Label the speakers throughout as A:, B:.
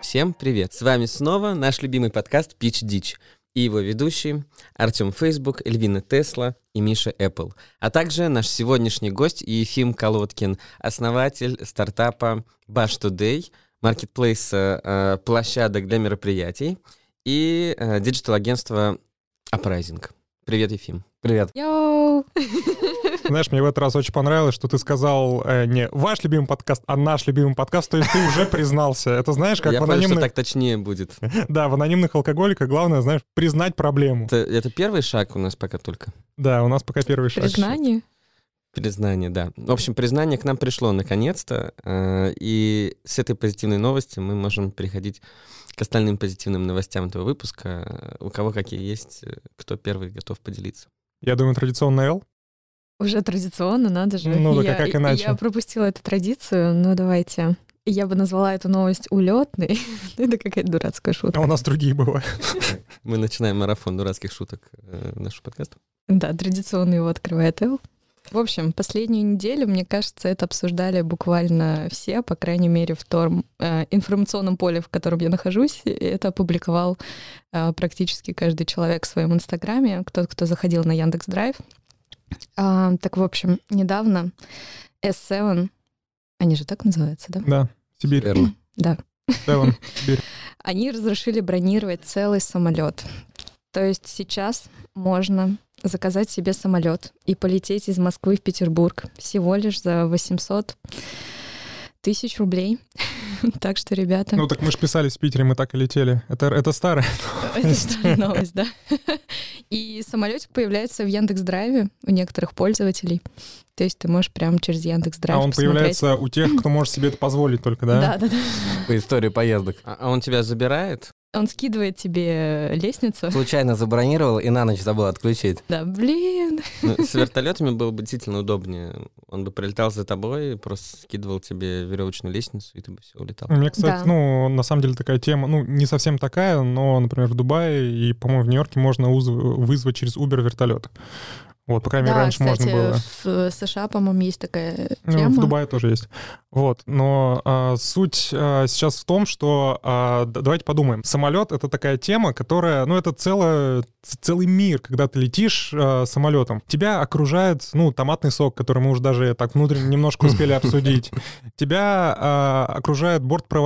A: Всем привет! С вами снова наш любимый подкаст «Пич Дич» и его ведущие Артем Фейсбук, Эльвина Тесла и Миша Эппл, а также наш сегодняшний гость Ефим Колодкин, основатель стартапа Bash Today, маркетплейса э, площадок для мероприятий и э, диджитал-агентства Uprising. Привет, Ефим.
B: Привет.
C: Йоу!
B: Знаешь, мне в этот раз очень понравилось, что ты сказал э, не ваш любимый подкаст, а наш любимый подкаст, то есть ты уже признался. Это знаешь, как
A: Я
B: в
A: понял, что
B: анонимных...
A: так точнее будет.
B: Да, в анонимных алкоголиках главное, знаешь, признать проблему.
A: Это, это первый шаг у нас пока только.
B: Да, у нас пока первый шаг.
C: Признание?
A: Признание, да. В общем, признание к нам пришло наконец-то, э, и с этой позитивной новости мы можем переходить к остальным позитивным новостям этого выпуска. У кого какие есть, э, кто первый готов поделиться.
B: Я думаю, традиционно Эл.
C: Уже традиционно, надо же.
B: Ну, да
C: я,
B: как иначе?
C: Я пропустила эту традицию, но давайте. Я бы назвала эту новость улетной. Ну, Это какая-то дурацкая
B: А
C: шутка.
B: у нас другие бывают.
A: Мы начинаем марафон дурацких шуток э, нашего подкаста.
C: Да, традиционно его открывает Эл. В общем, последнюю неделю, мне кажется, это обсуждали буквально все, по крайней мере, в том э, информационном поле, в котором я нахожусь. И Это опубликовал э, практически каждый человек в своем инстаграме, кто, кто заходил на Яндекс Драйв. А, так, в общем, недавно S7, они же так называются, да?
B: Да, Сибирь.
A: Верно.
C: Да.
B: Эван, Сибирь.
C: Они разрешили бронировать целый самолет. То есть сейчас можно заказать себе самолет и полететь из Москвы в Петербург всего лишь за 800 тысяч рублей. Так что, ребята,
B: Ну так мы же писались в Питере, мы так и летели. Это, это старое.
C: это старая новость, да? И самолетик появляется в Яндекс Драйве у некоторых пользователей. То есть ты можешь прямо через Яндекс Драйв
B: а он появляется у тех, кто может себе это позволить только, да?
C: Да, да, да.
D: по истории поездок.
A: А, а он тебя забирает?
C: Он скидывает тебе лестницу.
D: Случайно забронировал и на ночь забыл отключить.
C: Да, блин.
A: Ну, с вертолетами было бы действительно удобнее. Он бы прилетал за тобой, просто скидывал тебе веревочную лестницу, и ты бы все улетал.
B: У меня, кстати,
C: Да.
B: ну, на самом деле такая тема, ну, не совсем такая, но, например, в Дубае и, по-моему, в Нью-Йорке можно уз- вызвать через Uber вертолет. Вот, по крайней мере,
C: да,
B: раньше
C: кстати,
B: можно было.
C: в э, США, по-моему, есть такая
B: Ну,
C: тема.
B: в Дубае тоже есть. Вот. Но а, суть а, сейчас в том, что а, д- давайте подумаем. Самолет это такая тема, которая, ну, это целое, ц- целый мир, когда ты летишь а, самолетом. Тебя окружает, ну, томатный сок, который мы уже даже так внутренне немножко успели обсудить. Тебя а, окружают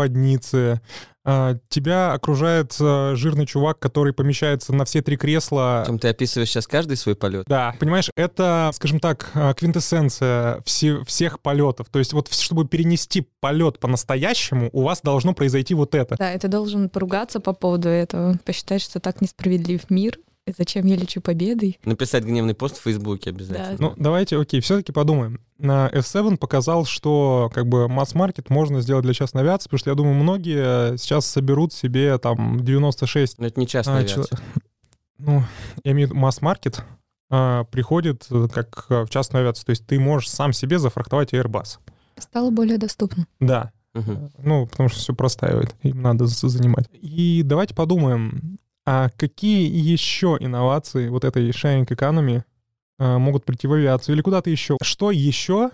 B: бортпроводницы. а, Тебя окружает а, жирный чувак, который помещается на все три кресла.
A: Причем ты описываешь сейчас каждый свой полет.
B: Да, понимаешь, это, скажем так, э, квинтэссенция все- всех полетов. То есть вот вс- чтобы перенести полет по-настоящему, у вас должно произойти вот это.
C: Да, и ты должен поругаться по поводу этого, посчитать, что так несправедлив мир, и зачем я лечу победой.
A: Написать гневный пост в Фейсбуке обязательно.
B: Ну, давайте, окей, все-таки подумаем. На F7 показал, что как бы масс-маркет можно сделать для частной авиации, потому что, я думаю, многие э, сейчас соберут себе там 96...
A: Но это не частная
B: а, чел-
A: авиация.
B: Ну, я имею в виду масс-маркет а, приходит э, как э, в частную авиацию. То есть ты можешь сам себе зафрахтовать Airbus.
C: Стало более доступно.
B: Да,
A: Мгм.
B: Ну, потому что все простаивает, им надо за- занимать. И давайте подумаем, а какие еще инновации вот этой sharing economy а, могут прийти в авиацию или куда-то еще? Что еще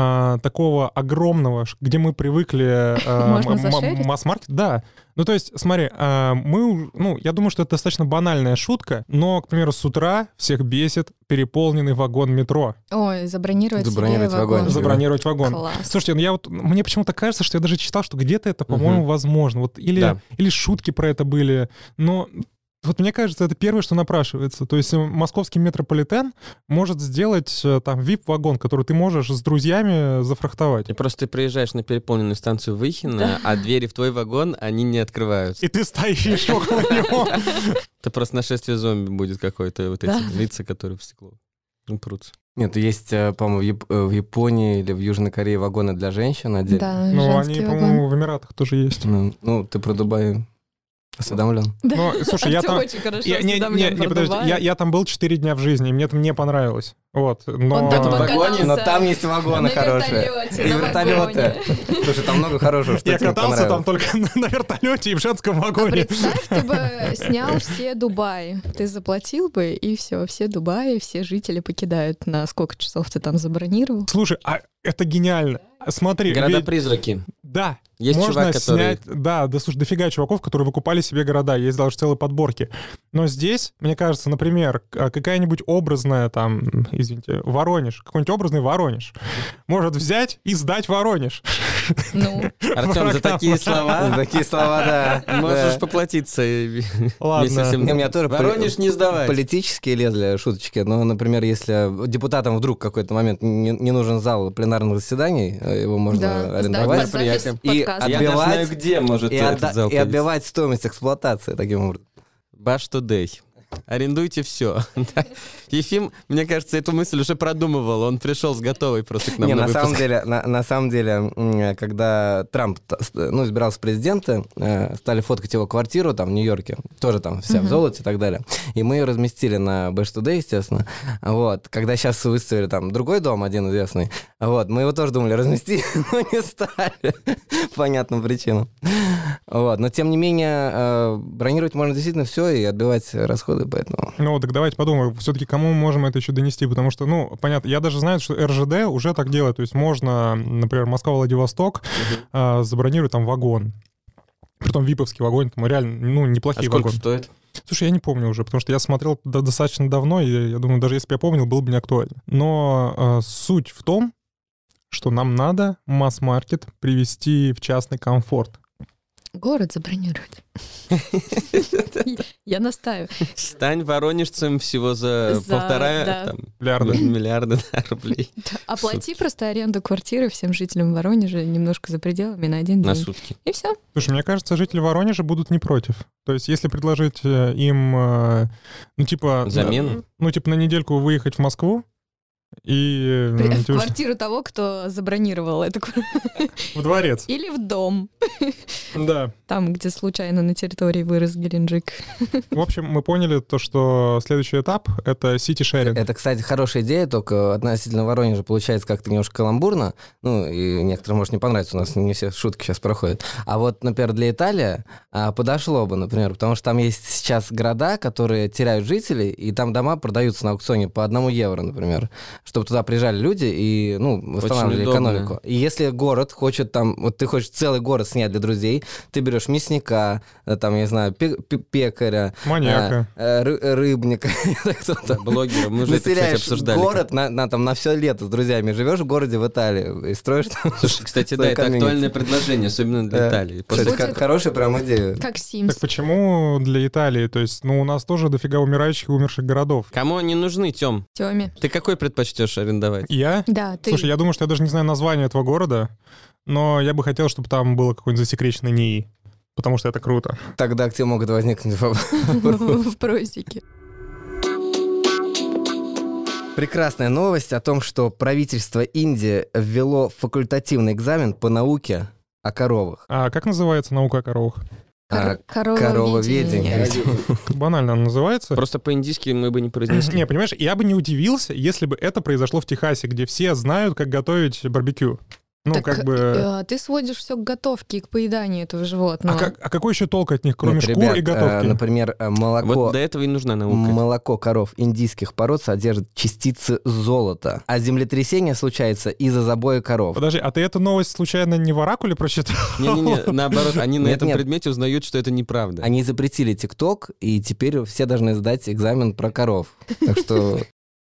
B: а, такого огромного, ш- где мы привыкли... а,
C: Можно
B: м- м-
C: зашерить?
B: Масс-маркет? Да. Ну, то есть, смотри, а, мы... уж- Ну, я думаю, что это достаточно банальная шутка, но, к примеру, с утра всех бесит переполненный вагон метро.
C: Ой, забронировать, себе
D: Забронировать вагон.
C: вагон.
B: Забронировать вагон.
C: Класс.
B: Слушайте, ну я вот, мне почему-то кажется, что я даже читал, что где-то это, по-моему,
A: Мгм.
B: возможно. Вот или,
A: Да.
B: или шутки про это были, но вот мне кажется, это первое, что напрашивается. То есть э, московский метрополитен может сделать э, там вип-вагон, который ты можешь с друзьями зафрахтовать.
A: И просто ты приезжаешь на переполненную станцию Выхина, а двери в твой вагон, они не открываются.
B: И ты стоишь около него.
A: Это просто нашествие зомби будет какое-то, вот
C: Да.
A: эти лица, которые в стекло прутся.
D: Нет, есть, э, по-моему, в, Яп- э, в Японии или в Южной Корее вагоны для женщин отдельно.
C: Да,
B: Ну,
C: женский
B: они,
C: вагон.
B: по-моему, в Эмиратах тоже есть.
D: Ну, ну, ты про Дубай осведомлен.
C: Да.
B: Но, Ну, слушай, я
C: Артём
B: там...
C: очень хорошо
B: Я, не, не,
C: осведомлен
B: не,
C: про
B: подожди,
C: Дубай.
B: я, я там был 4 дня в жизни, и мне это не понравилось. Вот, но...
E: А,
C: Он так типа
D: В
C: Покатался.
D: вагоне, но там есть вагоны
C: На
D: хорошие.
C: вертолёте,
D: И
C: на
D: вертолеты.
C: вагоне.
D: Слушай, там много хорошего, что
B: Я
D: тебе
B: катался там
D: понравилось.
B: только на, на вертолете и в женском
C: А
B: вагоне.
C: представь, ты бы снял все Дубаи. Ты заплатил бы, и все, все Дубаи, все жители покидают. На сколько часов ты там забронировал?
B: Слушай, а это гениально. Смотри, ведь-
A: Города-призраки.
B: да,
A: Есть
B: можно
A: чувак, который...
B: снять... Да, да, слушай, дофига чуваков, которые выкупали себе города. Есть даже целые подборки. Но здесь, мне кажется, например, к- а, какая-нибудь образная там, извините, Воронеж, какой-нибудь образный Воронеж может взять и сдать Воронеж.
C: Ну,
A: Артем, за такие
D: За
A: слова
D: Такие слова, да.
A: можешь
D: Да.
A: поплатиться. и-
B: Ладно.
A: вместе с ним.
D: Не, у меня тоже
A: Ну, Воронеж
D: поли-
A: не сдавать.
D: Политические лезли шуточки, но, например, если депутатам вдруг в какой-то момент не, не нужен зал пленарных заседаний, э, его можно
C: да,
D: арендовать.
C: сдать под запись
A: Мероприятие.
D: И
C: подкаста.
D: отбивать-
A: Я даже знаю, где может
D: и,
A: этот
D: отда-
A: зал
D: и отбивать стоимость эксплуатации таким образом.
A: Баш Тудей. Арендуйте все. Ефим, мне кажется, эту мысль уже продумывал. Он пришел с готовой просто к нам
D: не,
A: на
D: на, самом
A: выпуск.
D: деле, на, на самом деле, м, когда Трамп т- с- ну, избирался в президенты, э, стали фоткать его квартиру там в Нью-Йорке, тоже там вся в
C: Мгм.
D: золоте и так далее. И мы ее разместили на Bash Today, естественно. Вот. Когда сейчас выставили там другой дом, один известный, вот, мы его тоже думали разместить, но не стали. По понятным причинам. Вот. Но, тем не менее, э, бронировать можно действительно все и отбивать расходы, поэтому...
B: Ну, так давайте подумаем, все-таки кому мы можем это еще донести, потому что, ну, понятно, я даже знаю, что РЖД уже так делает, то есть можно, например, Москва-Владивосток а, забронировать там вагон, притом виповский вагон, там реально, ну,
A: А
B: неплохие
A: сколько
B: вагоны.
A: стоит?
B: Слушай, я не помню уже, потому что я смотрел до- достаточно давно, и я думаю, даже если бы я помнил, было бы не актуально. Но э, суть в том, что нам надо масс-маркет привести в частный комфорт.
C: Город забронировать. Я настаиваю.
A: Стань воронежцем всего за,
C: За,
A: полтора
C: да.
A: там,
B: Миллиарды.
A: миллиарда да, рублей
C: Оплати просто аренду квартиры всем жителям Воронежа немножко за пределами на один
A: на
C: день.
A: сутки.
C: И все.
B: Слушай, мне кажется, жители Воронежа будут не против. То есть, если предложить э, им, э, ну, типа...
A: Замену?
B: Ну, типа, на недельку выехать в Москву, и... э,
C: В
B: типа,
C: квартиру того, кто забронировал эту квартиру.
B: в дворец.
C: Или в дом.
B: Да.
C: Там, где случайно на территории вырос Геленджик.
B: В общем, мы поняли то, что следующий этап — это сити-шеринг.
D: Это, кстати, хорошая идея, только относительно Воронежа получается как-то немножко каламбурно. Ну, и некоторым, может, не понравится, у нас не все шутки сейчас проходят. А вот, например, для Италии а, подошло бы, например, потому что там есть сейчас города, которые теряют жителей, и там дома продаются на аукционе по одному евро, например, чтобы туда приезжали люди и, ну, восстанавливали
A: удобно.
D: экономику. И если город хочет там, вот ты хочешь целый город снять для друзей, ты берешь мясника, э, там, я не знаю, пе- пе- пекаря,
B: Маньяка.
D: э, э, ры- рыбника, кто
A: Да,
D: там.
A: блогеры, мы уже это, кстати,
D: Населяешь
A: обсуждали.
D: город на, на, там, на все лето с друзьями. Живешь в городе в Италии и строишь там...
A: Слушай, кстати, да,
D: свой
A: это
D: комьюнити.
A: актуальное предложение, особенно для
D: Да.
A: Италии. После
D: Кстати,
C: Будет-
D: хо- хорошая прям идея.
C: Как Sims.
B: Так почему для Италии? То есть, ну, у нас тоже дофига умирающих и умерших городов.
A: Кому они нужны, Тем?
C: Тёме.
A: Ты какой предпочтешь арендовать?
B: Я?
C: Да, ты...
B: Слушай, я думаю, что я даже не знаю название этого города, но я бы хотел, чтобы там было какой-нибудь засекреченный НИИ, потому что это круто.
D: Тогда к тебе могут возникнуть вопросы.
C: в просеке.
D: Прекрасная новость о том, что правительство Индии ввело факультативный экзамен по науке о коровах.
B: А как называется наука о коровах?
D: А,
C: Корововедение.
D: корововедение.
B: Банально она называется.
A: Просто по-индийски мы бы не произнесли.
B: Не, понимаешь, я бы не удивился, если бы это произошло в Техасе, где все знают, как готовить барбекю. Ну,
C: Так,
B: как бы...
C: э, ну. Ты сводишь все к готовке и к поеданию этого животного.
B: А, как- а какой еще толк от них, кроме
D: Нет,
B: шкур
D: ребят,
B: и
D: э,
B: готовки?
D: Например, э, молоко
A: Вот до этого и нужна наука.
D: Молоко коров индийских пород содержит частицы золота, а землетрясение случается из-за забоя коров.
B: Подожди, а ты эту новость случайно не в Оракуле прочитал?
A: Не-не-не, наоборот, они на
D: Нет,
A: этом
D: нет.
A: предмете узнают, что это неправда.
D: Они запретили ТикТок, и теперь все должны сдать экзамен про коров. Так что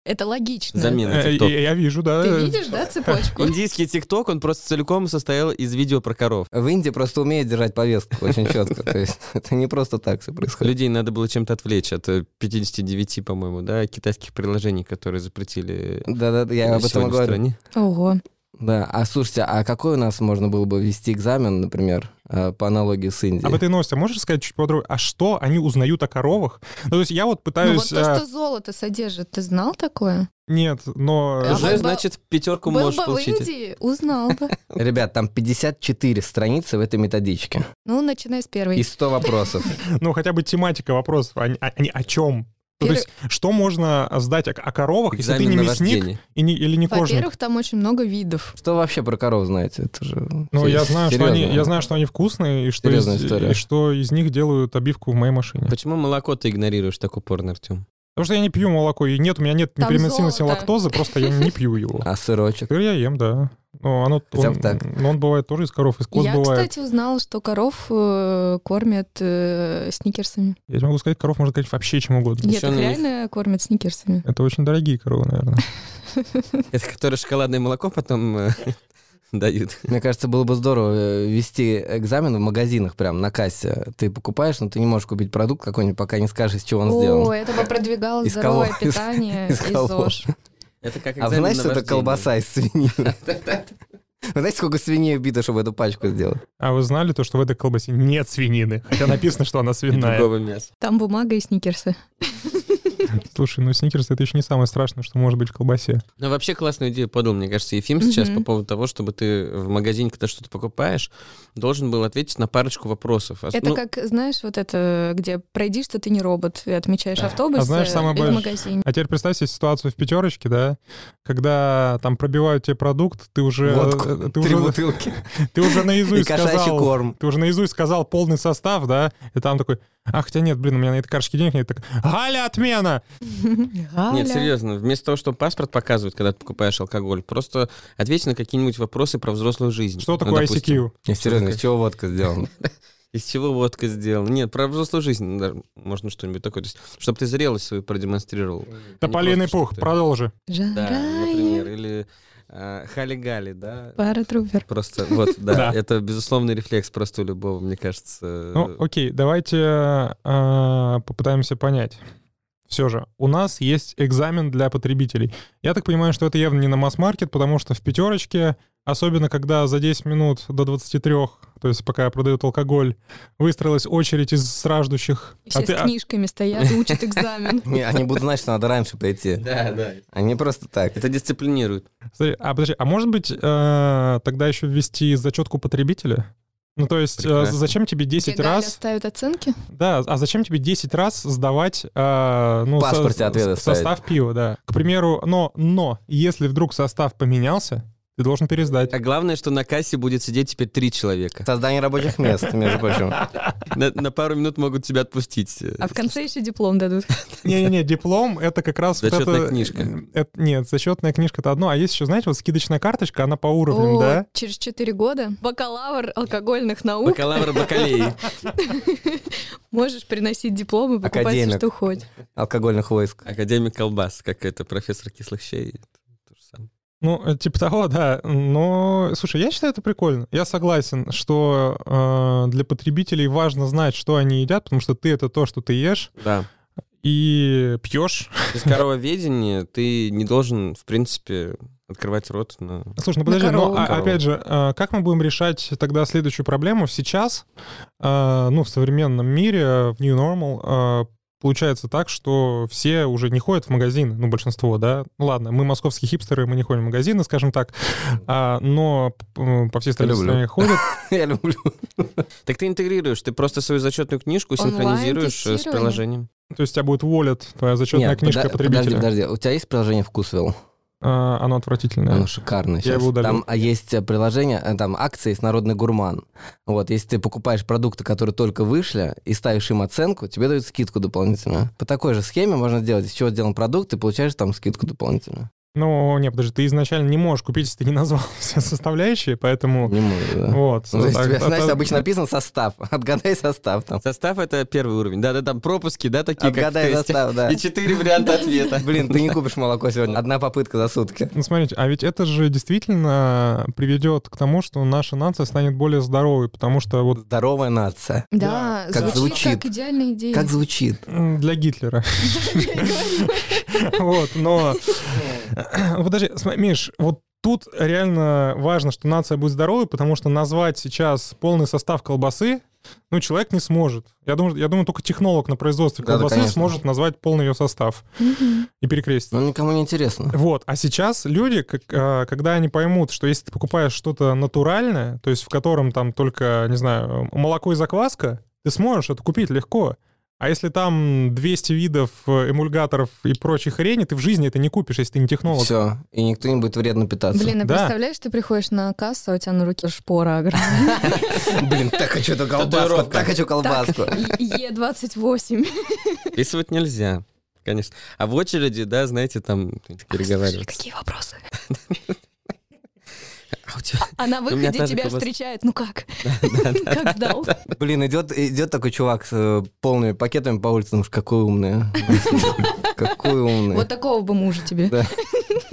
C: Это логично.
A: Замена
B: Э,
A: ТикТок.
B: Я я вижу, да.
C: Ты видишь, да, цепочку?
A: Индийский ТикТок, он просто целиком состоял из видео про коров.
D: в Индии просто умеют держать повестку очень четко. То есть это не просто так все происходит.
A: Людей надо было чем-то отвлечь от э, 59, по-моему, да, китайских приложений, которые запретили
D: Да-да, я об этом и
A: сегодня в
D: говорю.
A: стране.
C: Ого.
D: Да, а слушайте, а какой у нас можно было бы вести экзамен, например, э, по аналогии с Индией?
B: Об этой новости а можешь сказать чуть подробнее? А что они узнают о коровах? Ну, то есть я вот
C: Ну вот
B: пытаюсь...
C: то,
B: а,
C: что золото содержит, ты знал такое?
B: Нет, но...
C: А
A: Уже,
C: был бы-
A: значит, пятерку
C: Был
A: можешь
C: бы в
A: получить.
C: Индии, узнал бы.
D: Ребят, там 54 страницы в этой методичке
C: Ну, начинай с
D: и
C: первой.
D: 100 вопросов.
B: Ну, хотя бы тематика вопросов. Они, а- они о чем? Ну, То
C: Перв-
B: есть, что можно сдать о, о коровах, если ты не
A: на
B: мясник
A: вождение.
B: и не, или не кожник?
C: Во-первых, там очень много видов.
D: Что вы вообще про коров знаете? Это же...
B: Ну, я знаю, что
D: серьезно.
B: они, я знаю, что они вкусные, и что, из,
D: Серьезная история.
B: и что из них делают обивку в моей машине.
A: Почему молоко ты игнорируешь так упорно, Артем?
B: Потому что я не пью молоко, и нет, у меня нет
C: Там
B: непереносимости
C: золото.
B: лактозы, просто я не пью его.
D: А сырочек?
B: Сыр я ем, да. Но оно,
D: Хотя бы
B: он,
D: так.
B: но он бывает тоже из коров, из коз
C: Я,
B: бывает.
C: кстати, узнала, что коров э, кормят э, сникерсами.
B: Я тебе могу сказать, коров можно кормить вообще чем угодно.
C: Нет,
A: Ещё
C: их
A: на них-
C: реально кормят сникерсами.
B: Это очень дорогие коровы, наверное.
A: Это которое шоколадное молоко потом э, дают.
D: Мне кажется, было бы здорово э, вести экзамен в магазинах прям на кассе. Ты покупаешь, но ты не можешь купить продукт какой-нибудь, пока не скажешь, из чего он
C: О,
D: сделан.
C: это бы продвигало
D: Из
C: здоровое
D: кого? Из-
C: питание
D: из
C: и
D: кого?
C: ЗОЖ.
A: Это как
D: А вы
A: экзамен на
D: знаете, что это
A: вождение.
D: колбаса из свиньи? Вы знаете, сколько свиней убито, чтобы эту пачку сделать?
B: А вы знали то, что в этой колбасе нет свинины? Хотя написано, что она
A: И
B: свиная.
A: другого мяса.
C: Там бумага и сникерсы.
B: Слушай, ну сникерс это еще не самое страшное, что может быть в колбасе.
A: Ну, вообще классную идею подал, мне кажется, Ефим сейчас
C: Мгм.
A: по поводу того, чтобы ты в магазине, когда что-то покупаешь, должен был ответить на парочку вопросов. Ос-
C: Это
A: ну,
C: как, знаешь, вот это, где пройди, что ты не робот, и отмечаешь автобус
B: А знаешь,
C: э,
B: самое
C: и в
B: больш-
C: магазине.
B: А теперь представь себе ситуацию в пятерочке, да, когда там пробивают тебе продукт, ты уже,
D: Водку,
B: Э, ты
D: три
B: уже,
D: бутылки
B: ты уже
D: и
B: наизусть
D: кошачий
B: сказал,
D: корм.
B: ты уже наизусть сказал полный состав, да, и там такой, а хотя нет, блин, у меня на этой карточке денег нет, так, Галя, отмена!
A: Нет,
C: Галя.
A: серьезно, вместо того, чтобы паспорт показывать, когда ты покупаешь алкоголь, просто ответь на какие-нибудь вопросы про взрослую жизнь.
B: Что
A: Ну,
B: такое
A: допустим,
B: ICQ?
D: Не, серьезно, из чего водка сделана?
A: Из чего водка сделана? Нет, про взрослую жизнь ну, да, можно что-нибудь такое. То есть, чтобы ты зрелость свою продемонстрировал.
B: Тополиный
A: просто,
B: пух,
A: что ты-
B: продолжи.
A: Да,
C: Жарая
A: например. Или э, хали-гали, да?
C: пара трупер.
A: Просто вот, да,
B: Да.
A: это безусловный рефлекс просто у любого, мне кажется.
B: Ну, окей, давайте э, попытаемся понять. Все же, у нас есть экзамен для потребителей. Я так понимаю, что это явно не на масс-маркет, потому что в пятерочке, особенно когда за 10 минут до 23, то есть пока продают алкоголь, выстроилась очередь из страждущих.
C: Все
B: А ты-
C: с
B: а-
C: книжками стоят, учат экзамен.
D: Не, Они будут знать, что надо раньше прийти.
A: Да, да.
D: Они просто так.
A: Это дисциплинирует.
B: Смотри, а подожди, а может быть э, тогда еще ввести зачетку потребителя? Ну, то есть, э,
A: Прекрасно.
B: зачем тебе 10
C: Тебе Галя
B: раз...
C: ставят оценки?
B: Да, а зачем тебе 10 раз сдавать э, ну,
D: В паспорте ответы
B: с- состав пива, да. К примеру, но, но если вдруг состав поменялся, ты должен пересдать.
A: А главное, что на кассе будет сидеть теперь три человека.
D: Создание рабочих мест, между прочим.
A: На, на пару минут могут тебя отпустить. Э,
C: А в конце еще диплом дадут.
B: Не-не-не, диплом — это как раз... вот
A: Зачетная
B: это- э,
A: книжка.
B: это- нет, зачетная книжка — это одно. А есть еще, знаете, вот скидочная карточка, она по уровням,
C: О,
B: да?
C: Через 4 года бакалавр алкогольных наук.
A: Бакалавр бакалей.
C: Можешь приносить дипломы, покупать
D: Академик.
C: все, что хочешь.
D: Алкогольных войск.
A: Академик колбас, как это профессор кислых щей. То же самое.
B: Ну, э, типа того, да. Но, слушай, я считаю это прикольно. Я согласен, что э, для потребителей важно знать, что они едят, потому что ты — это то, что ты ешь
A: Да.
B: и пьешь.
A: Без корововедения ты не должен, в принципе, открывать рот на...
B: Слушай, ну подожди,
C: корову.
B: ну а-
A: На корову.
B: опять же, э, как мы будем решать тогда следующую проблему? Сейчас, э, ну, в современном мире, э, в New Normal, э, получается так, что все уже не ходят в магазины, ну, большинство, да? Ну, ладно, мы московские хипстеры, мы не ходим в магазины, скажем так, а, но п- по всей стране
D: Люблю.
B: стране ходят.
D: Я люблю.
A: Так ты интегрируешь, ты просто свою зачетную книжку
C: Онлайн
A: синхронизируешь э, с
C: тестирование.
A: приложением.
B: То есть тебя будет Wallet, твоя зачетная
D: Нет,
B: книжка
D: подо- Подожди,
B: потребителя.
D: подожди. У тебя есть приложение «Вкусвилл»?
B: А, оно отвратительное.
D: Оно шикарное
B: Я
D: сейчас.
B: его удалил.
D: Там а, есть э, приложение, э, там акция есть «Народный гурман». Вот, если ты покупаешь продукты, которые только вышли, и ставишь им оценку, тебе дают скидку дополнительную. По такой же схеме можно сделать, из чего сделан продукт, ты получаешь там скидку дополнительную.
B: Ну, не, подожди, ты изначально не можешь купить, если ты не назвал все составляющие, поэтому...
D: Не могу, да.
B: Вот.
D: Ну, то есть
B: Так,
D: тебе,
B: а-
D: знаешь,
B: а-
D: обычно написан состав. Отгадай состав там.
A: Состав — это первый уровень. Да-да, там пропуски, да, такие, как в
D: Отгадай
A: тесте.
D: состав, да.
A: И четыре варианта ответа.
D: Блин, ты не купишь молоко сегодня. Одна попытка за сутки.
B: Ну, смотрите, а ведь это же действительно приведет к тому, что наша нация станет более здоровой, потому что вот
D: Здоровая нация.
C: Да,
D: Как
C: звучит
D: звучит.
C: как идеальная идея.
D: Как звучит?
B: м, для Гитлера.
D: Ну.
B: Вот, но... Подожди, см- Миш, вот Тут реально важно, что нация будет здоровой, потому что назвать сейчас полный состав колбасы ну, человек не сможет. Я думаю, я думаю только технолог на производстве
D: Да, да,
B: колбасы
D: конечно.
B: сможет назвать полный ее состав
C: Мгм.
B: и перекрестить.
D: Ну, никому не интересно.
B: Вот, а сейчас люди, как, а, когда они поймут, что если ты покупаешь что-то натуральное, то есть в котором там только, не знаю, молоко и закваска, ты сможешь это купить легко. А если там 200 видов э, эмульгаторов и прочих хрени, ты в жизни это не купишь, если ты не технолог.
D: Все, и никто не будет вредно питаться.
C: Блин, а
B: Да.
C: представляешь, ты приходишь на кассу, а у тебя на руке шпора огромная.
D: Блин, так хочу эту колбаску,
A: Татуировка.
D: так хочу колбаску.
C: Е28.
A: Вписывать нельзя. Конечно. А в очереди, да, знаете, там
C: Слушай,
A: переговариваться.
C: какие вопросы.
A: А у тебя-
C: А на
A: меня
C: выходе
A: та же
C: тебя
A: колбаса.
C: встречает. Ну как? Как сдал?
D: Блин, идет, идет такой чувак с э, полными пакетами по улице, думаешь, какой умный. а. Какой умный.
C: Вот такого бы мужа тебе.
D: Да.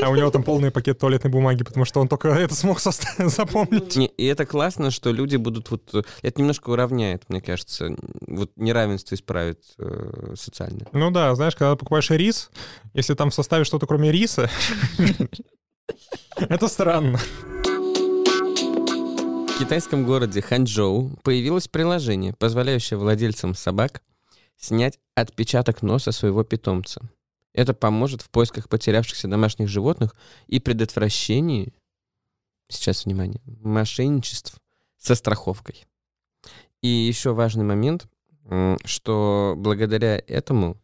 B: А у него там полный пакет туалетной бумаги, потому что он только это смог соста- запомнить.
A: Не, и это классно, что люди будут вот... э, Это немножко уравняет, мне кажется. н- Вот неравенство исправит э, социально.
B: Ну да, знаешь, когда покупаешь рис, если там в составе что-то кроме риса, это странно.
A: В китайском городе Ханчжоу появилось приложение, позволяющее владельцам собак снять отпечаток носа своего питомца. Это поможет в поисках потерявшихся домашних животных и предотвращении, сейчас внимание, мошенничеств со страховкой. И еще важный момент, м, что благодаря этому,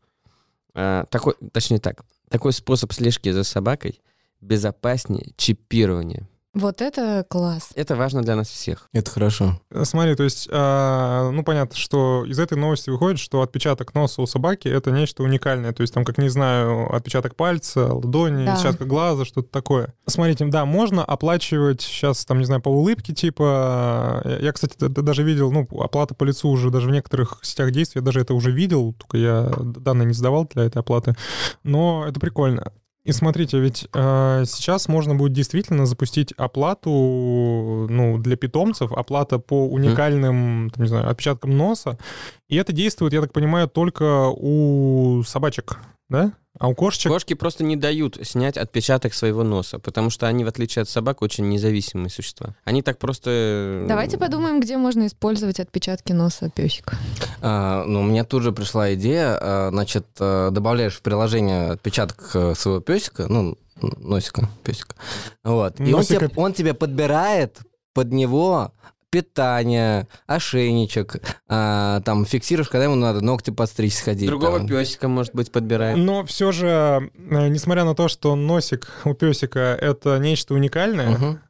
A: а, такой, точнее так, такой способ слежки за собакой безопаснее чипирования.
C: Вот это класс.
A: Это важно для нас всех.
D: Это хорошо.
B: Э, Смотри, то есть, а, ну понятно, что из этой новости выходит, что отпечаток носа у собаки это нечто уникальное. То есть, там, как не знаю, отпечаток пальца, ладони,
C: Да.
B: отпечатка глаза, что-то такое. Смотрите, да, можно оплачивать сейчас, там, не знаю, по улыбке, типа. э, Я, кстати, д- д- даже видел, ну, оплата по лицу уже даже в некоторых сетях действий, я даже это уже видел, только я д- данные не сдавал для этой оплаты. Но это прикольно. И смотрите, ведь э, сейчас можно будет действительно запустить оплату, ну, для питомцев, оплата по уникальным, там, не знаю, отпечаткам носа. И это действует, я так понимаю, только у собачек, да? А у кошечек...
A: Кошки просто не дают снять отпечаток своего носа, потому что они, в отличие от собак, очень независимые существа. Они так просто... э,
C: Давайте подумаем, где можно использовать отпечатки носа песика.
D: А, ну, у меня тут же пришла идея. а, значит, а, добавляешь в приложение отпечаток э, своего песика, ну, н- носика, песика. Вот. И он
B: Носика.
D: тебе, он тебе подбирает под него питание, ошейничек, а, там фиксируешь, когда ему надо ногти подстричь, сходить.
A: Другого
D: там.
A: песика, может быть,
D: Ну.
A: подбирает.
B: Но все же, э, несмотря на то, что носик у песика это нечто уникальное,
D: Мгм.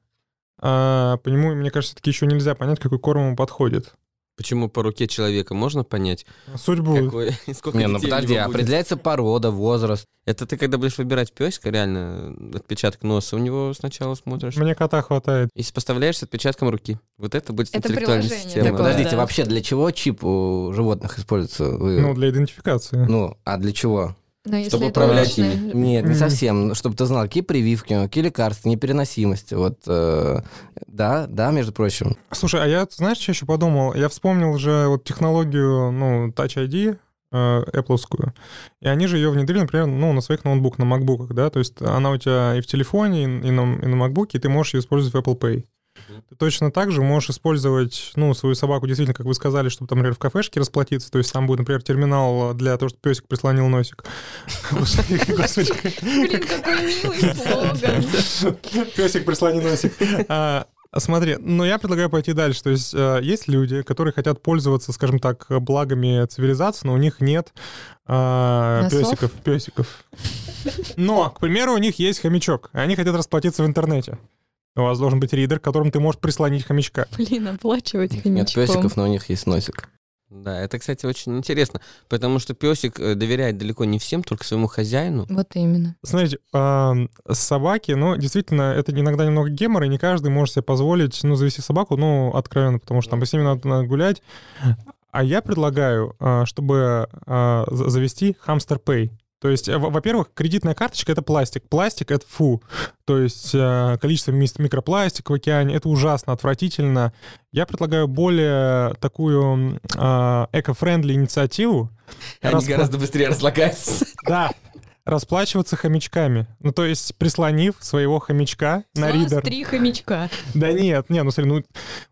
B: а, по нему, мне кажется, все-таки еще нельзя понять, какой корм ему подходит.
A: Почему по руке человека можно понять,
B: Судьбу.
A: какой... сколько
D: Не, ну
A: детей у
D: подожди,
A: него будет?
D: определяется порода, возраст.
A: Это ты, когда будешь выбирать песика, реально, э, отпечаток носа у него сначала смотришь.
B: Мне кота хватает.
A: И сопоставляешь с отпечатком руки. Вот это будет
C: Это
A: интеллектуальная
C: приложение
A: система.
D: Не,
C: такое.
D: подождите,
C: да.
D: вообще для чего чип у животных используется? Вы-
B: Ну, для идентификации.
D: ну, а для чего?
C: Но если
A: Чтобы
C: это
A: управлять
C: уличное-
D: Нет, не
B: Мгм.
D: совсем. Чтобы ты знал, какие прививки, какие лекарства, непереносимость. Вот, э, да, да, между прочим.
B: Слушай, а я, знаешь, что еще подумал? Я вспомнил же вот технологию, ну, Touch ID, э, Apple-овскую. И они же ее внедрили, например, ну, на своих ноутбуках, на MacBook, да? То есть она у тебя и в телефоне, и, и на, и на MacBook, и ты можешь ее использовать в Apple Pay. Ты точно так же можешь использовать, ну, свою собаку, действительно, как вы сказали, чтобы, там, например, в кафешке расплатиться. То есть там будет, например, терминал для того, чтобы песик прислонил носик. Господи,
C: Блин, какой милый слоган.
B: Песик, прислони носик. А, Смотри, но я предлагаю пойти дальше. То есть э, есть люди, которые хотят пользоваться, скажем так, благами цивилизации, но у них нет э,
C: Носов?
B: песиков, песиков. Но, к примеру, у них есть хомячок, и они хотят расплатиться в интернете. У вас должен быть ридер, к которому ты можешь прислонить хомячка.
C: Блин, оплачивать
D: Нет
C: хомячком.
D: песиков, но у них есть носик.
A: Да, это, кстати, очень интересно, потому что песик э, доверяет далеко не всем, только своему хозяину.
C: Вот именно.
B: Смотрите, эм, собаки, ну, действительно, это иногда немного гемор, и не каждый может себе позволить, ну, завести собаку, ну, откровенно, потому что там с ними надо, надо гулять. А я предлагаю, а, чтобы а, за- завести хамстер пей. То есть, э, во- во-первых, кредитная карточка — это пластик. Пластик — это фу. То есть э, количество мис- микропластика в океане — это ужасно, отвратительно. Я предлагаю более такую м, а, эко-френдли инициативу. Распла-
A: быстрее разлагаются.
B: да. расплачиваться хомячками. Ну, то есть прислонив своего хомячка на ридер.
C: три хомячка.
B: Да нет, не, ну смотри, ну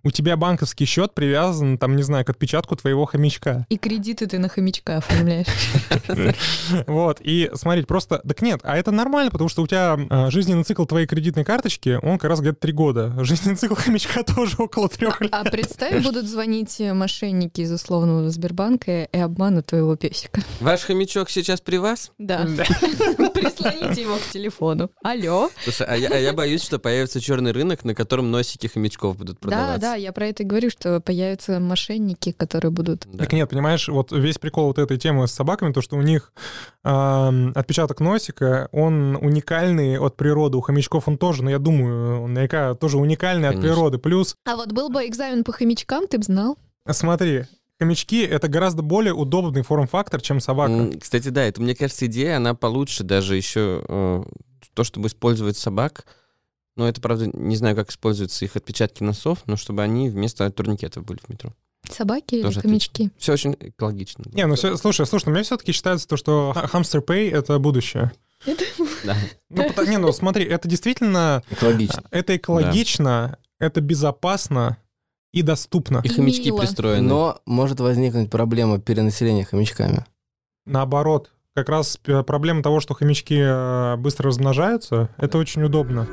B: у тебя банковский счет привязан, там, не знаю, к отпечатку твоего хомячка.
C: И кредиты ты на хомячка оформляешь.
B: Вот, и смотреть просто... Так нет, а это нормально, потому что у тебя э, жизненный цикл твоей кредитной карточки, он как раз где-то три года. Жизненный цикл хомячка тоже около трех лет.
C: А представь, будут звонить мошенники из условного Сбербанка и обманут твоего песика.
A: Ваш хомячок сейчас при вас?
C: Да. Прислоните его к телефону. Алло.
A: Слушай, а я, а я боюсь, что появится черный рынок, на котором носики хомячков будут
C: Да,
A: продаваться.
C: да, я про это и говорю, что появятся мошенники, которые будут...
A: Да.
B: Так нет, понимаешь, вот весь прикол вот этой темы с собаками, то, что у них эм, отпечаток носика, он уникальный от природы. У хомячков он тоже, но я думаю, он наверняка тоже уникальный от
A: Конечно.
B: природы. Плюс
C: А вот был бы экзамен по хомячкам, ты бы знал.
B: Смотри, хомячки — это гораздо более удобный форм-фактор, чем собака.
A: М, Кстати, да, это, мне кажется, идея, она получше даже еще э, то, чтобы использовать собак. Но это, правда, не знаю, как используются их отпечатки носов, но чтобы они вместо турникетов были в метро.
C: Собаки или
A: Тоже
C: хомячки?
A: Все очень экологично.
B: Не, ну всё- слушай, слушай, у меня все-таки считается то, что хамстер пей — это будущее.
A: Да.
B: Ну, пота- не, ну смотри, это действительно,
D: Экологично.
B: это экологично, это безопасно и доступно.
A: И
C: И
A: хомячки
C: мило.
A: пристроены.
D: Но может возникнуть проблема перенаселения хомячками.
B: Наоборот, как раз э, проблема того, что хомячки э, быстро размножаются, это очень удобно.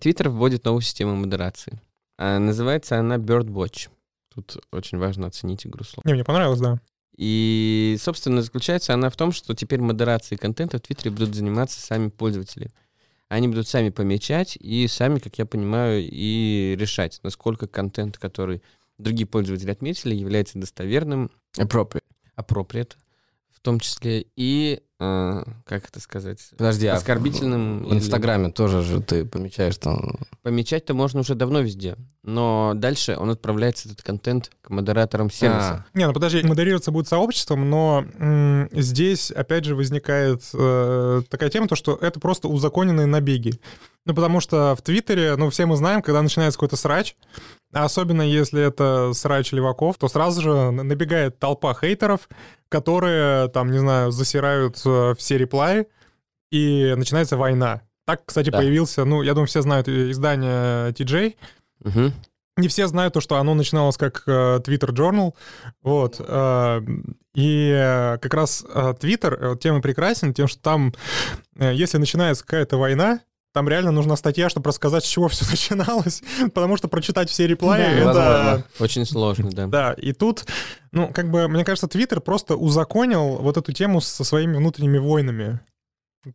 A: Твиттер вводит новую систему модерации. А, называется она Birdwatch. Тут очень важно оценить игру слов.
B: Не, мне понравилось, да.
A: И, собственно, заключается она в том, что теперь модерацией контента в Твиттере будут заниматься сами пользователи. Они будут сами помечать и сами, как я понимаю, и решать, насколько контент, который другие пользователи отметили, является достоверным,
D: Appropriate.
A: appropriate в том числе, и, э, как это сказать,
D: Подожди, а
A: оскорбительным.
D: в
A: или- А.
D: Инстаграме тоже же ты помечаешь там...
A: Помечать-то можно уже давно везде, но дальше он отправляется, этот контент, к модераторам сервиса.
B: Не, ну подожди, модерироваться будет сообществом, но м, здесь опять же возникает э, такая тема, то что это просто узаконенные набеги. Ну потому что в Твиттере, ну все мы знаем, когда начинается какой-то срач, а особенно если это срач леваков, то сразу же н- набегает толпа хейтеров, которые там, не знаю, засирают э, все реплаи, и начинается война. Так, кстати,
A: Да.
B: появился, ну, я думаю, все знают э, издание TJ,
A: Мгм.
B: не все знают то, что оно начиналось как э, Twitter Journal, вот, э, и э, как раз э, Twitter э, тем и прекрасен, тем, что там, э, если начинается какая-то война, там реально нужна статья, чтобы рассказать, с чего все начиналось, потому что прочитать все реплаи,
C: Да.
B: это...
D: Невозможно.
A: Очень сложно, да.
B: Да, и тут, ну, как бы, мне кажется, Твиттер просто узаконил вот эту тему со своими внутренними войнами.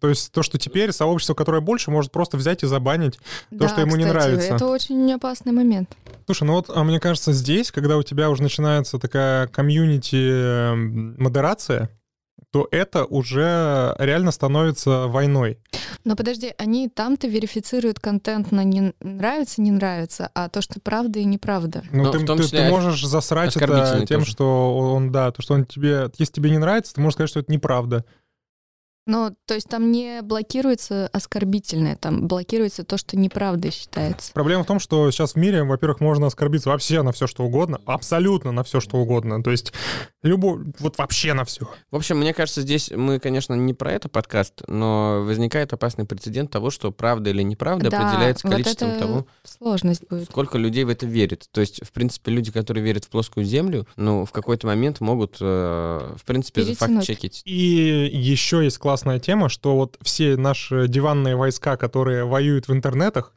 B: То есть то, что теперь сообщество, которое больше, может просто взять и забанить
C: Да,
B: что ему не
C: кстати,
B: нравится.
C: это очень опасный момент.
B: Слушай, ну вот, а мне кажется, здесь, когда у тебя уже начинается такая комьюнити э, модерация, то это уже реально становится войной.
C: Но подожди, они там-то верифицируют контент на не нравится, не нравится, а то, что правда и неправда.
B: Ну,
A: Ну,
B: ты,
A: в том
B: ты-
A: числе
B: ты можешь засрать это
A: оскорбительный
B: тем,
A: тоже.
B: что он, да, то, что он тебе, если тебе не нравится, ты можешь сказать, что это неправда.
C: Ну, то есть там не блокируется оскорбительное, там блокируется то, что неправдой считается.
B: Проблема в том, что сейчас в мире, во-первых, можно оскорбиться вообще на все, что угодно, абсолютно на все, что угодно. То есть любо, вот вообще на все.
A: В общем, мне кажется, здесь мы, конечно, не про это подкаст, но возникает опасный прецедент того, что правда или неправда
C: Да,
A: Ну, определяется
C: вот
A: количеством
C: это
A: того,
C: Сложность будет.
A: сколько людей в это верит. То есть, в принципе, люди, которые верят в плоскую землю, ну, в какой-то момент могут, э, в принципе,
C: Перетянуть.
A: зафакт-чекить.
B: И еще есть классная тема, что вот все наши диванные войска, которые воюют в интернетах,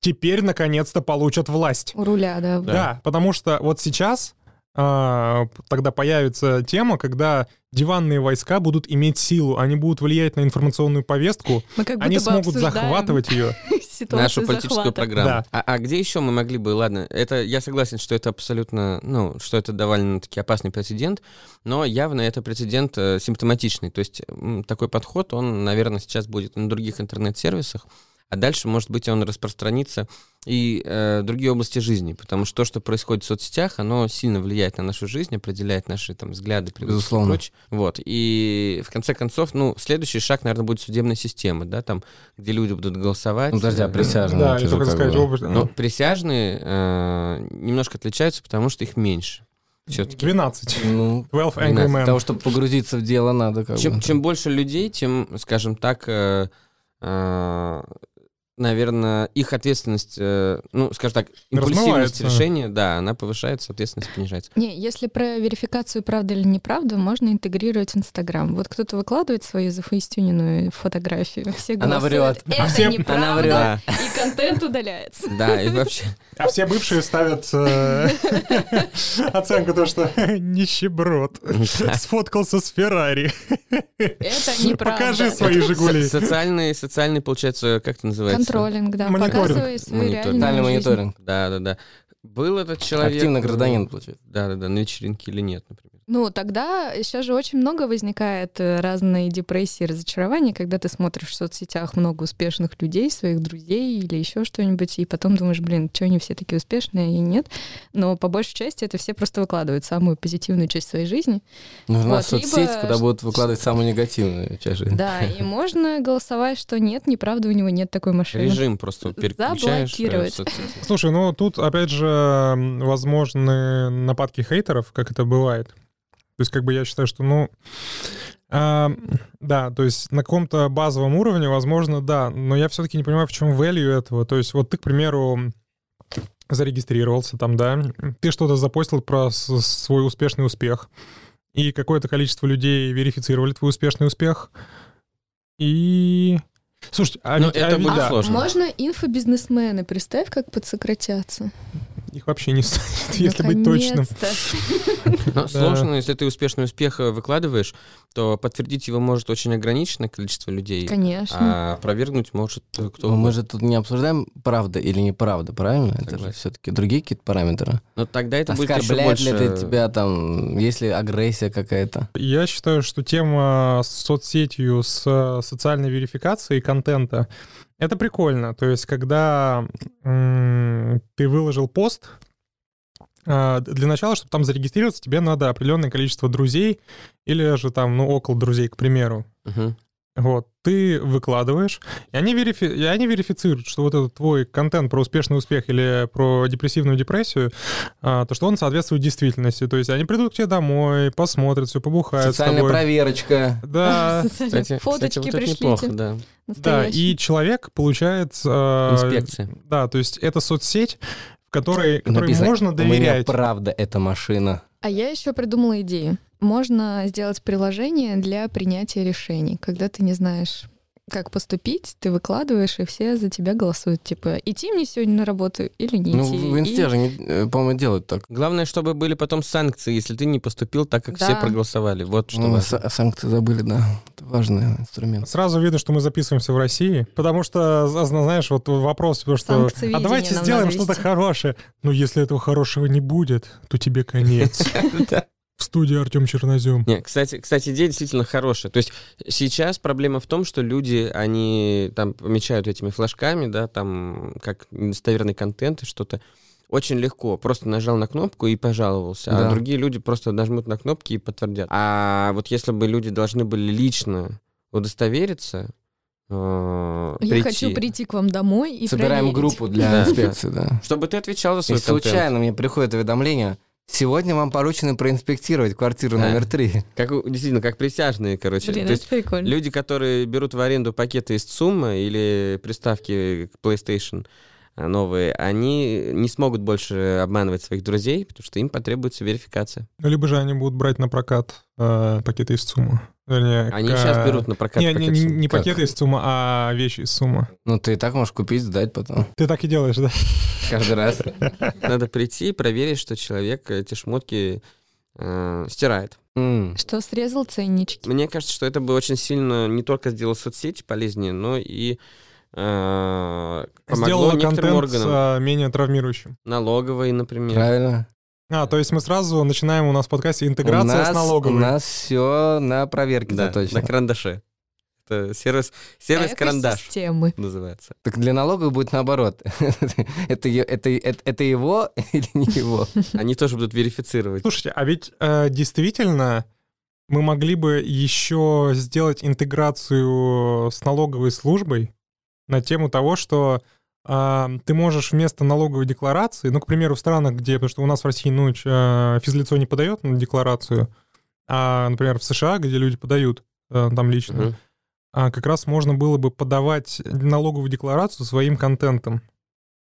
B: теперь наконец-то получат власть.
C: У руля, да.
B: Да, потому что вот сейчас а, тогда появится тема, когда диванные войска будут иметь силу, они будут влиять на информационную повестку,
C: Мы как
B: они
C: будто бы
B: смогут
C: обсуждаем
B: захватывать ее.
C: ситуацию
A: Нашу политическую
C: захвата.
A: программу.
B: Да.
A: А, а где еще мы могли бы, ладно, это я согласен, что это абсолютно, ну, что это довольно-таки опасный прецедент, но явно это прецедент э, симптоматичный. То есть м, такой подход, он, наверное, сейчас будет на других интернет-сервисах, а дальше, может быть, он распространится и э, в другие области жизни, потому что то, что происходит в соцсетях, оно сильно влияет на нашу жизнь, определяет наши там взгляды, привычки и
D: Безусловно.
A: прочее. Вот. И в конце концов, ну, следующий шаг, наверное, будет судебная система, да, там, где люди будут голосовать.
D: Ну, подожди, а
A: Э, ну,
D: присяжные?
B: Да,
D: это
B: я
D: же
B: только
D: как Ну,
B: сказать,
D: бы-
B: оба-
A: но присяжные э, немножко отличаются, потому что их меньше. все-таки.
B: 12.
D: Ну,
B: 12 Angry
D: Для
B: Men.
D: того, чтобы погрузиться в дело, надо как
A: Чем,
D: бы.
C: Ну,
A: чем больше людей, тем, скажем так, э, наверное, их ответственность, э, ну, скажем так, импульсивность
B: Размывается.
A: решения, да, она повышается, ответственность понижается.
C: Не, если про верификацию правда или неправда, можно интегрировать Инстаграм. Вот кто-то выкладывает свою зафейстюненную фотографию, все
D: Она
C: голосуют,
D: врет.
C: Это
B: все-
C: неправда,
D: она врет.
A: Да,
C: и контент удаляется.
A: да, и вообще,
B: А все бывшие ставят э, оценку то, что нищеброд сфоткался с Феррари.
C: Это неправда.
B: Покажи свои
A: со-
B: Жигули.
A: социальный, социальный, получается, как это называется?
C: Контролинг, да.
B: Мониторинг.
C: Показывай свою
A: Мониторинг.
C: реальную
D: Тотальный
C: жизнь.
D: мониторинг.
A: Да, да, да. Был этот человек... э,
D: Активный гражданин, получается.
A: Да, да, да, на вечеринке или нет, например.
C: Ну, тогда сейчас же очень много возникает э, разной депрессии, разочарований, когда ты смотришь в соцсетях много успешных людей, своих друзей или еще что-нибудь, и потом думаешь, блин, что они все такие успешные и нет. Но по большей части это все просто выкладывают самую позитивную часть своей жизни.
D: Нужна
C: Вот, либо-
D: соцсеть, куда будут выкладывать самую негативную часть жизни.
C: Да, и можно голосовать, что нет, неправда, у него нет такой машины.
A: Режим просто переключаешь. э, в
C: Заблокировать.
A: соцсети.
B: Слушай, ну тут, опять же, м, возможны нападки хейтеров, как это бывает. То есть, как бы я считаю, что, ну, а, да, то есть на каком-то базовом уровне, возможно, да, но я все-таки не понимаю, в чем value этого. То есть, вот ты, к примеру, зарегистрировался там, да, ты что-то запостил про с- свой успешный успех, и какое-то количество людей верифицировали твой успешный успех, и... Слушай, а
A: Ну,
B: ведь- а
A: это
B: ведь-
A: будет
B: да,
A: сложно.
C: Можно инфобизнесмены, представь, как подсократятся.
B: их вообще не стоит, если быть точным.
C: Наконец-то.
A: Но
B: Да.
A: сложно, если ты успешный успех э, выкладываешь, то подтвердить его может очень ограниченное количество людей,
C: Конечно.
A: а опровергнуть может э, кто
D: Но Ну, мы
A: угодно.
D: же тут не обсуждаем, правда или неправда, правильно? Это же
A: Согласен.
D: все-таки другие какие-то параметры.
A: Но тогда это будет еще
D: Оскорбляет
A: больше...
D: ли это тебя там, есть ли агрессия какая-то?
B: Я считаю, что тема с соцсетью, с э, социальной верификацией контента, это прикольно. То есть, когда м, ты выложил пост, э, для начала, чтобы там зарегистрироваться, тебе надо определенное количество друзей или же там, ну, около друзей, к примеру.
A: Мгм.
B: Вот, ты выкладываешь, и они, верифи... и они верифицируют, что вот этот твой контент про успешный успех или про депрессивную депрессию, а, то что он соответствует действительности. То есть они придут к тебе домой, посмотрят, все побухают с
D: Социальная
B: тобой.
D: проверочка.
B: Да,
C: Социальные
A: А, Кстати,
C: Фоточки
A: кстати, вот это неплохо,
C: пришлите.
A: да.
B: да, и
C: Настоящие.
B: человек получает... а,
A: Инспекция.
B: Да, то есть это соцсеть, в которой, которой
D: Написано,
B: можно
D: У меня
B: доверять.
D: правда эта машина.
C: А я еще придумала идею. Можно сделать приложение для принятия решений. Когда ты не знаешь, как поступить, ты выкладываешь, и все за тебя голосуют. Типа, идти мне сегодня на работу или не идти.
D: Ну, в
C: И-
D: инсте же, не- э, по-моему, делают так.
A: Главное, чтобы были потом санкции, если ты не поступил так, как
C: Да.
A: все проголосовали. Вот что
D: Ну,
A: важно.
D: са- санкции забыли, да. Это важный инструмент.
B: Сразу видно, что мы записываемся в России, потому что, зна- знаешь, вот вопрос, потому что,
C: Санкции
B: а
C: видения
B: давайте
C: нам
B: сделаем
C: надо
B: что-то
C: вести».
B: хорошее. Но если этого хорошего не будет, то тебе конец.
A: Да.
B: В студии Артем Чернозем.
A: Не, кстати, кстати, идея действительно хорошая. То есть сейчас проблема в том, что люди, они там помечают этими флажками, да, там как недостоверный контент и что-то. Очень легко. Просто нажал на кнопку и пожаловался. А
D: Да.
A: другие люди просто нажмут на кнопки и подтвердят. А вот если бы люди должны были лично удостовериться, э,
C: Я
A: прийти,
C: хочу прийти к вам домой и
D: Собираем
C: проверить.
D: группу для
A: Да.
D: инспекции, да.
A: чтобы ты отвечал за свой
D: И
A: контент.
D: случайно мне приходит уведомление, сегодня вам поручено проинспектировать квартиру
A: Да.
D: номер три.
A: Как, у- действительно, как присяжные, короче.
C: Блин,
A: То есть
C: это прикольно.
A: Люди, которые берут в аренду пакеты из ЦУМа или приставки к PlayStation а, новые, они не смогут больше обманывать своих друзей, потому что им потребуется верификация.
B: Ну, Либо же они будут брать на прокат э, пакеты из ЦУМа. Вернее,
A: Они
B: к- э,
A: сейчас берут на прокат
B: а, Не, не,
A: пакет
B: не,
A: «ЦУМ».
B: не
D: Как?
B: пакеты из ЦУМа, а вещи из ЦУМа.
D: Ну, ты и так можешь купить, сдать потом.
B: Ты так и делаешь, да?
D: Каждый раз.
A: Надо прийти и проверить, что человек эти шмотки э, стирает.
D: М.
C: Что срезал ценнички.
A: Мне кажется, что это бы очень сильно не только сделало соцсети полезнее, но и э, помогло
B: Сделала
A: некоторым
B: контент
A: органам.
B: э, менее травмирующим.
A: Налоговой, например.
D: Правильно.
B: А, то есть мы сразу начинаем у нас в подкасте
D: у
B: интеграция
D: нас,
B: с налоговой.
D: У нас все на проверке
A: Да,
D: заточено.
A: на карандаше. Это сервис,
C: А
A: сервис-карандаш.
C: Экосистемы.
A: называется.
D: Так для налоговой будет наоборот. это, е- это, е- это, это его или не его?
A: Они тоже будут верифицировать.
B: Слушайте, а ведь э, действительно мы могли бы еще сделать интеграцию с налоговой службой на тему того, что а, ты можешь вместо налоговой декларации, ну, к примеру, в странах, где, потому что у нас в России, ну, ч- а, физлицо не подает на декларацию, а, например, в США, где люди подают а, там лично,
E: Мгм.
B: а, как раз можно было бы подавать налоговую декларацию своим контентом.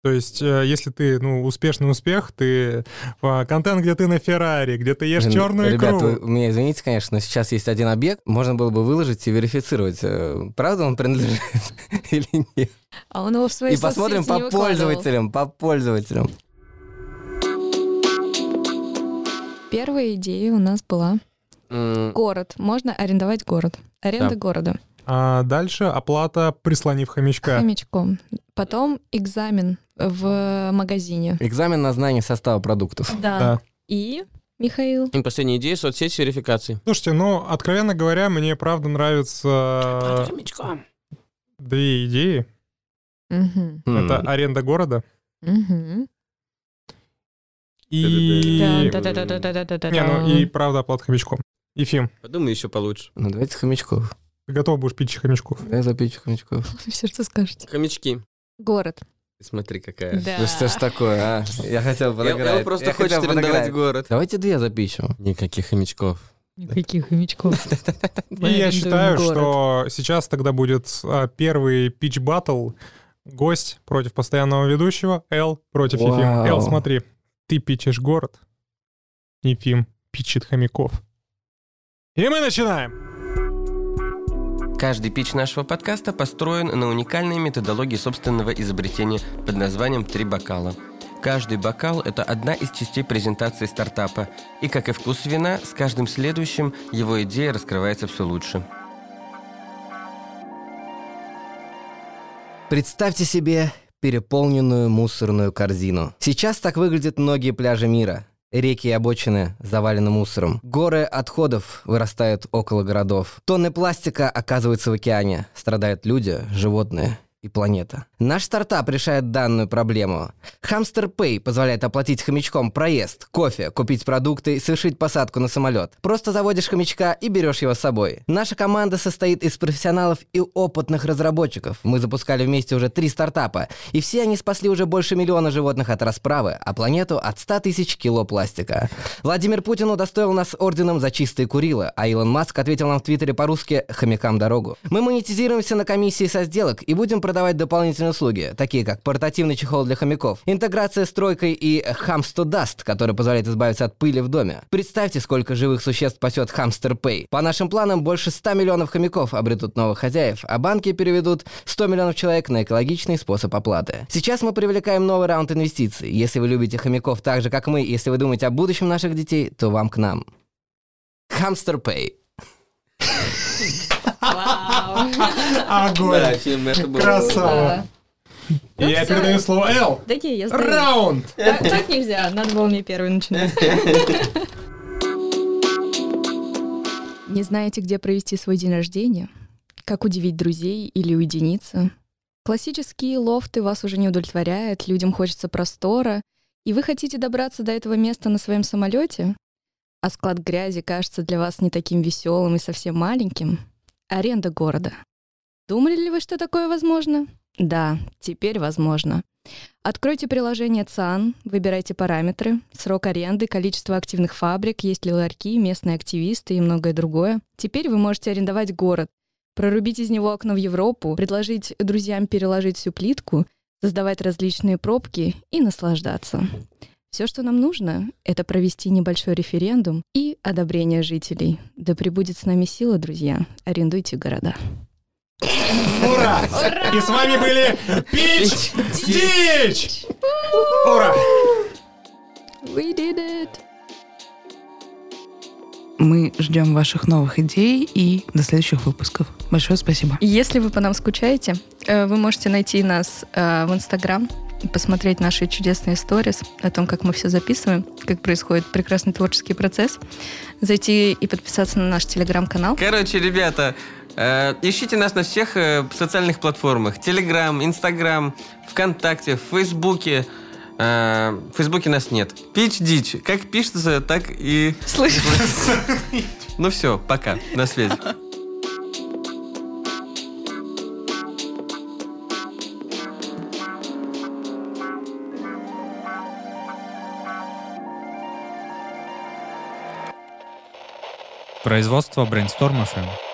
B: То есть, э, если ты, ну, успешный успех, ты а, контент, где ты на Феррари, где ты ешь
D: Блин,
B: черную
D: Ребят,
B: икру.
D: вы меня извините, конечно, но сейчас есть один объект, можно было бы выложить и верифицировать, э, правда он принадлежит или нет.
C: А он его в своей
D: И посмотрим
C: соцсети не
D: по
C: выкладывал.
D: пользователям, по пользователям.
C: Первая идея у нас была
A: М,
C: город. Можно арендовать город. Аренда
A: Да.
C: города
B: А дальше оплата, прислонив хомячка.
C: хомячком. Потом экзамен в магазине.
D: Экзамен на знание состава продуктов.
B: Да.
C: И Михаил.
A: И последняя идея — соцсети верификации.
B: Слушайте, ну, откровенно говоря, мне правда нравятся две идеи.
C: Мгм.
B: Это
D: М.
B: аренда города
C: Мгм.
B: и...
A: Да-да-да.
C: Да-да-да-да-да-да-да.
B: Не, ну и правда оплата хомячком. Ефим,
A: Подумай еще получше.
D: Ну давайте хомячков.
B: ты готов будешь пить хомячков?
D: Я запечу хомячков.
C: Вы все что скажете.
A: Хомячки.
C: Город.
A: Смотри, какая.
C: Да.
D: Ну что ж такое, а? Я хотел
A: Я- я
D: подыграть.
A: просто
D: Я
A: хочет
D: хотел
A: арендовать
D: подыграть.
A: город.
D: Давайте две запишем.
A: Никаких хомячков.
C: Никаких хомячков.
B: И Ну, я считаю, что сейчас тогда будет а, первый пич баттл. Гость против постоянного ведущего, Эл против
D: Вау.
B: Ефима. Эл, смотри, ты пичешь город, Ефим пичет хомяков. И мы начинаем!
E: Каждый пич нашего подкаста построен на уникальной методологии собственного изобретения под названием «Три бокала». Каждый бокал – это одна из частей презентации стартапа. И, как и вкус вина, с каждым следующим его идея раскрывается все лучше.
D: Представьте себе переполненную мусорную корзину. Сейчас так выглядят многие пляжи мира. Реки и обочины завалены мусором. Горы отходов вырастают около городов. Тонны пластика оказываются в океане. Страдают люди, животные и планета. Наш стартап решает данную проблему. Хамстер Пэй позволяет оплатить хомячком проезд, кофе, купить продукты и совершить посадку на самолет. Просто заводишь хомячка и берешь его с собой. Наша команда состоит из профессионалов и опытных разработчиков. Мы запускали вместе уже три стартапа, и все они спасли уже больше миллиона животных от расправы, а планету от 100 тысяч кило пластика. Владимир Путин удостоил нас орденом за чистые Курилы, а Илон Маск ответил нам в Твиттере по-русски «хомякам дорогу». Мы монетизируемся на комиссии со сделок и будем продавать дополнительные услуги, такие как портативный чехол для хомяков, интеграция с тройкой и хамсто даст, который позволяет избавиться от пыли в доме. Представьте, сколько живых существ спасет хамстер Пэй. По нашим планам, больше 100 миллионов хомяков обретут новых хозяев, а банки переведут 100 миллионов человек на экологичный способ оплаты. Сейчас мы привлекаем новый раунд инвестиций. Если вы любите хомяков так же, как мы, и если вы думаете о будущем наших детей, то вам к нам. Хамстер Пэй.
C: Вау.
A: Да,
B: Огонь!
A: Ефим, это было.
B: Красава!
C: Да
B: И я
C: всё.
B: передаю слово Эл!
C: Да не, я сдаюсь.
B: Раунд!
C: Так так нельзя, надо было мне первый начинать. Не знаете, где провести свой день рождения? Как удивить друзей или уединиться? Классические лофты вас уже не удовлетворяют, людям хочется простора, и вы хотите добраться до этого места на своем самолете? А склад грязи кажется для вас не таким веселым и совсем маленьким? Аренда города. Думали ли вы, что такое возможно? Да, теперь возможно. Откройте приложение ЦАН, выбирайте параметры, срок аренды, количество активных фабрик, есть ли ларьки, местные активисты и многое другое. Теперь вы можете арендовать город, прорубить из него окно в Европу, предложить друзьям переложить всю плитку, создавать различные пробки и наслаждаться. Все, что нам нужно, это провести небольшой референдум и одобрение жителей. Да пребудет с нами сила, друзья. Арендуйте города.
B: Ура! И с вами были Пич Дич! Ура!
C: We did it!
F: Мы ждем ваших новых идей и до следующих выпусков. Большое спасибо.
C: Если вы по нам скучаете, э, вы можете найти нас э, в Инстаграм, посмотреть наши чудесные сторис о том, как мы все записываем, как происходит прекрасный творческий процесс, зайти и подписаться на наш Телеграм-канал.
E: Короче, ребята, э, ищите нас на всех э, социальных платформах. Телеграм, Инстаграм, ВКонтакте, в Фейсбуке. Э, в Фейсбуке нас нет. Пич дичь. Как пишется, так и...
C: Слышь,
E: Ну все, пока. На связи.
G: Производство Brainstorm FM.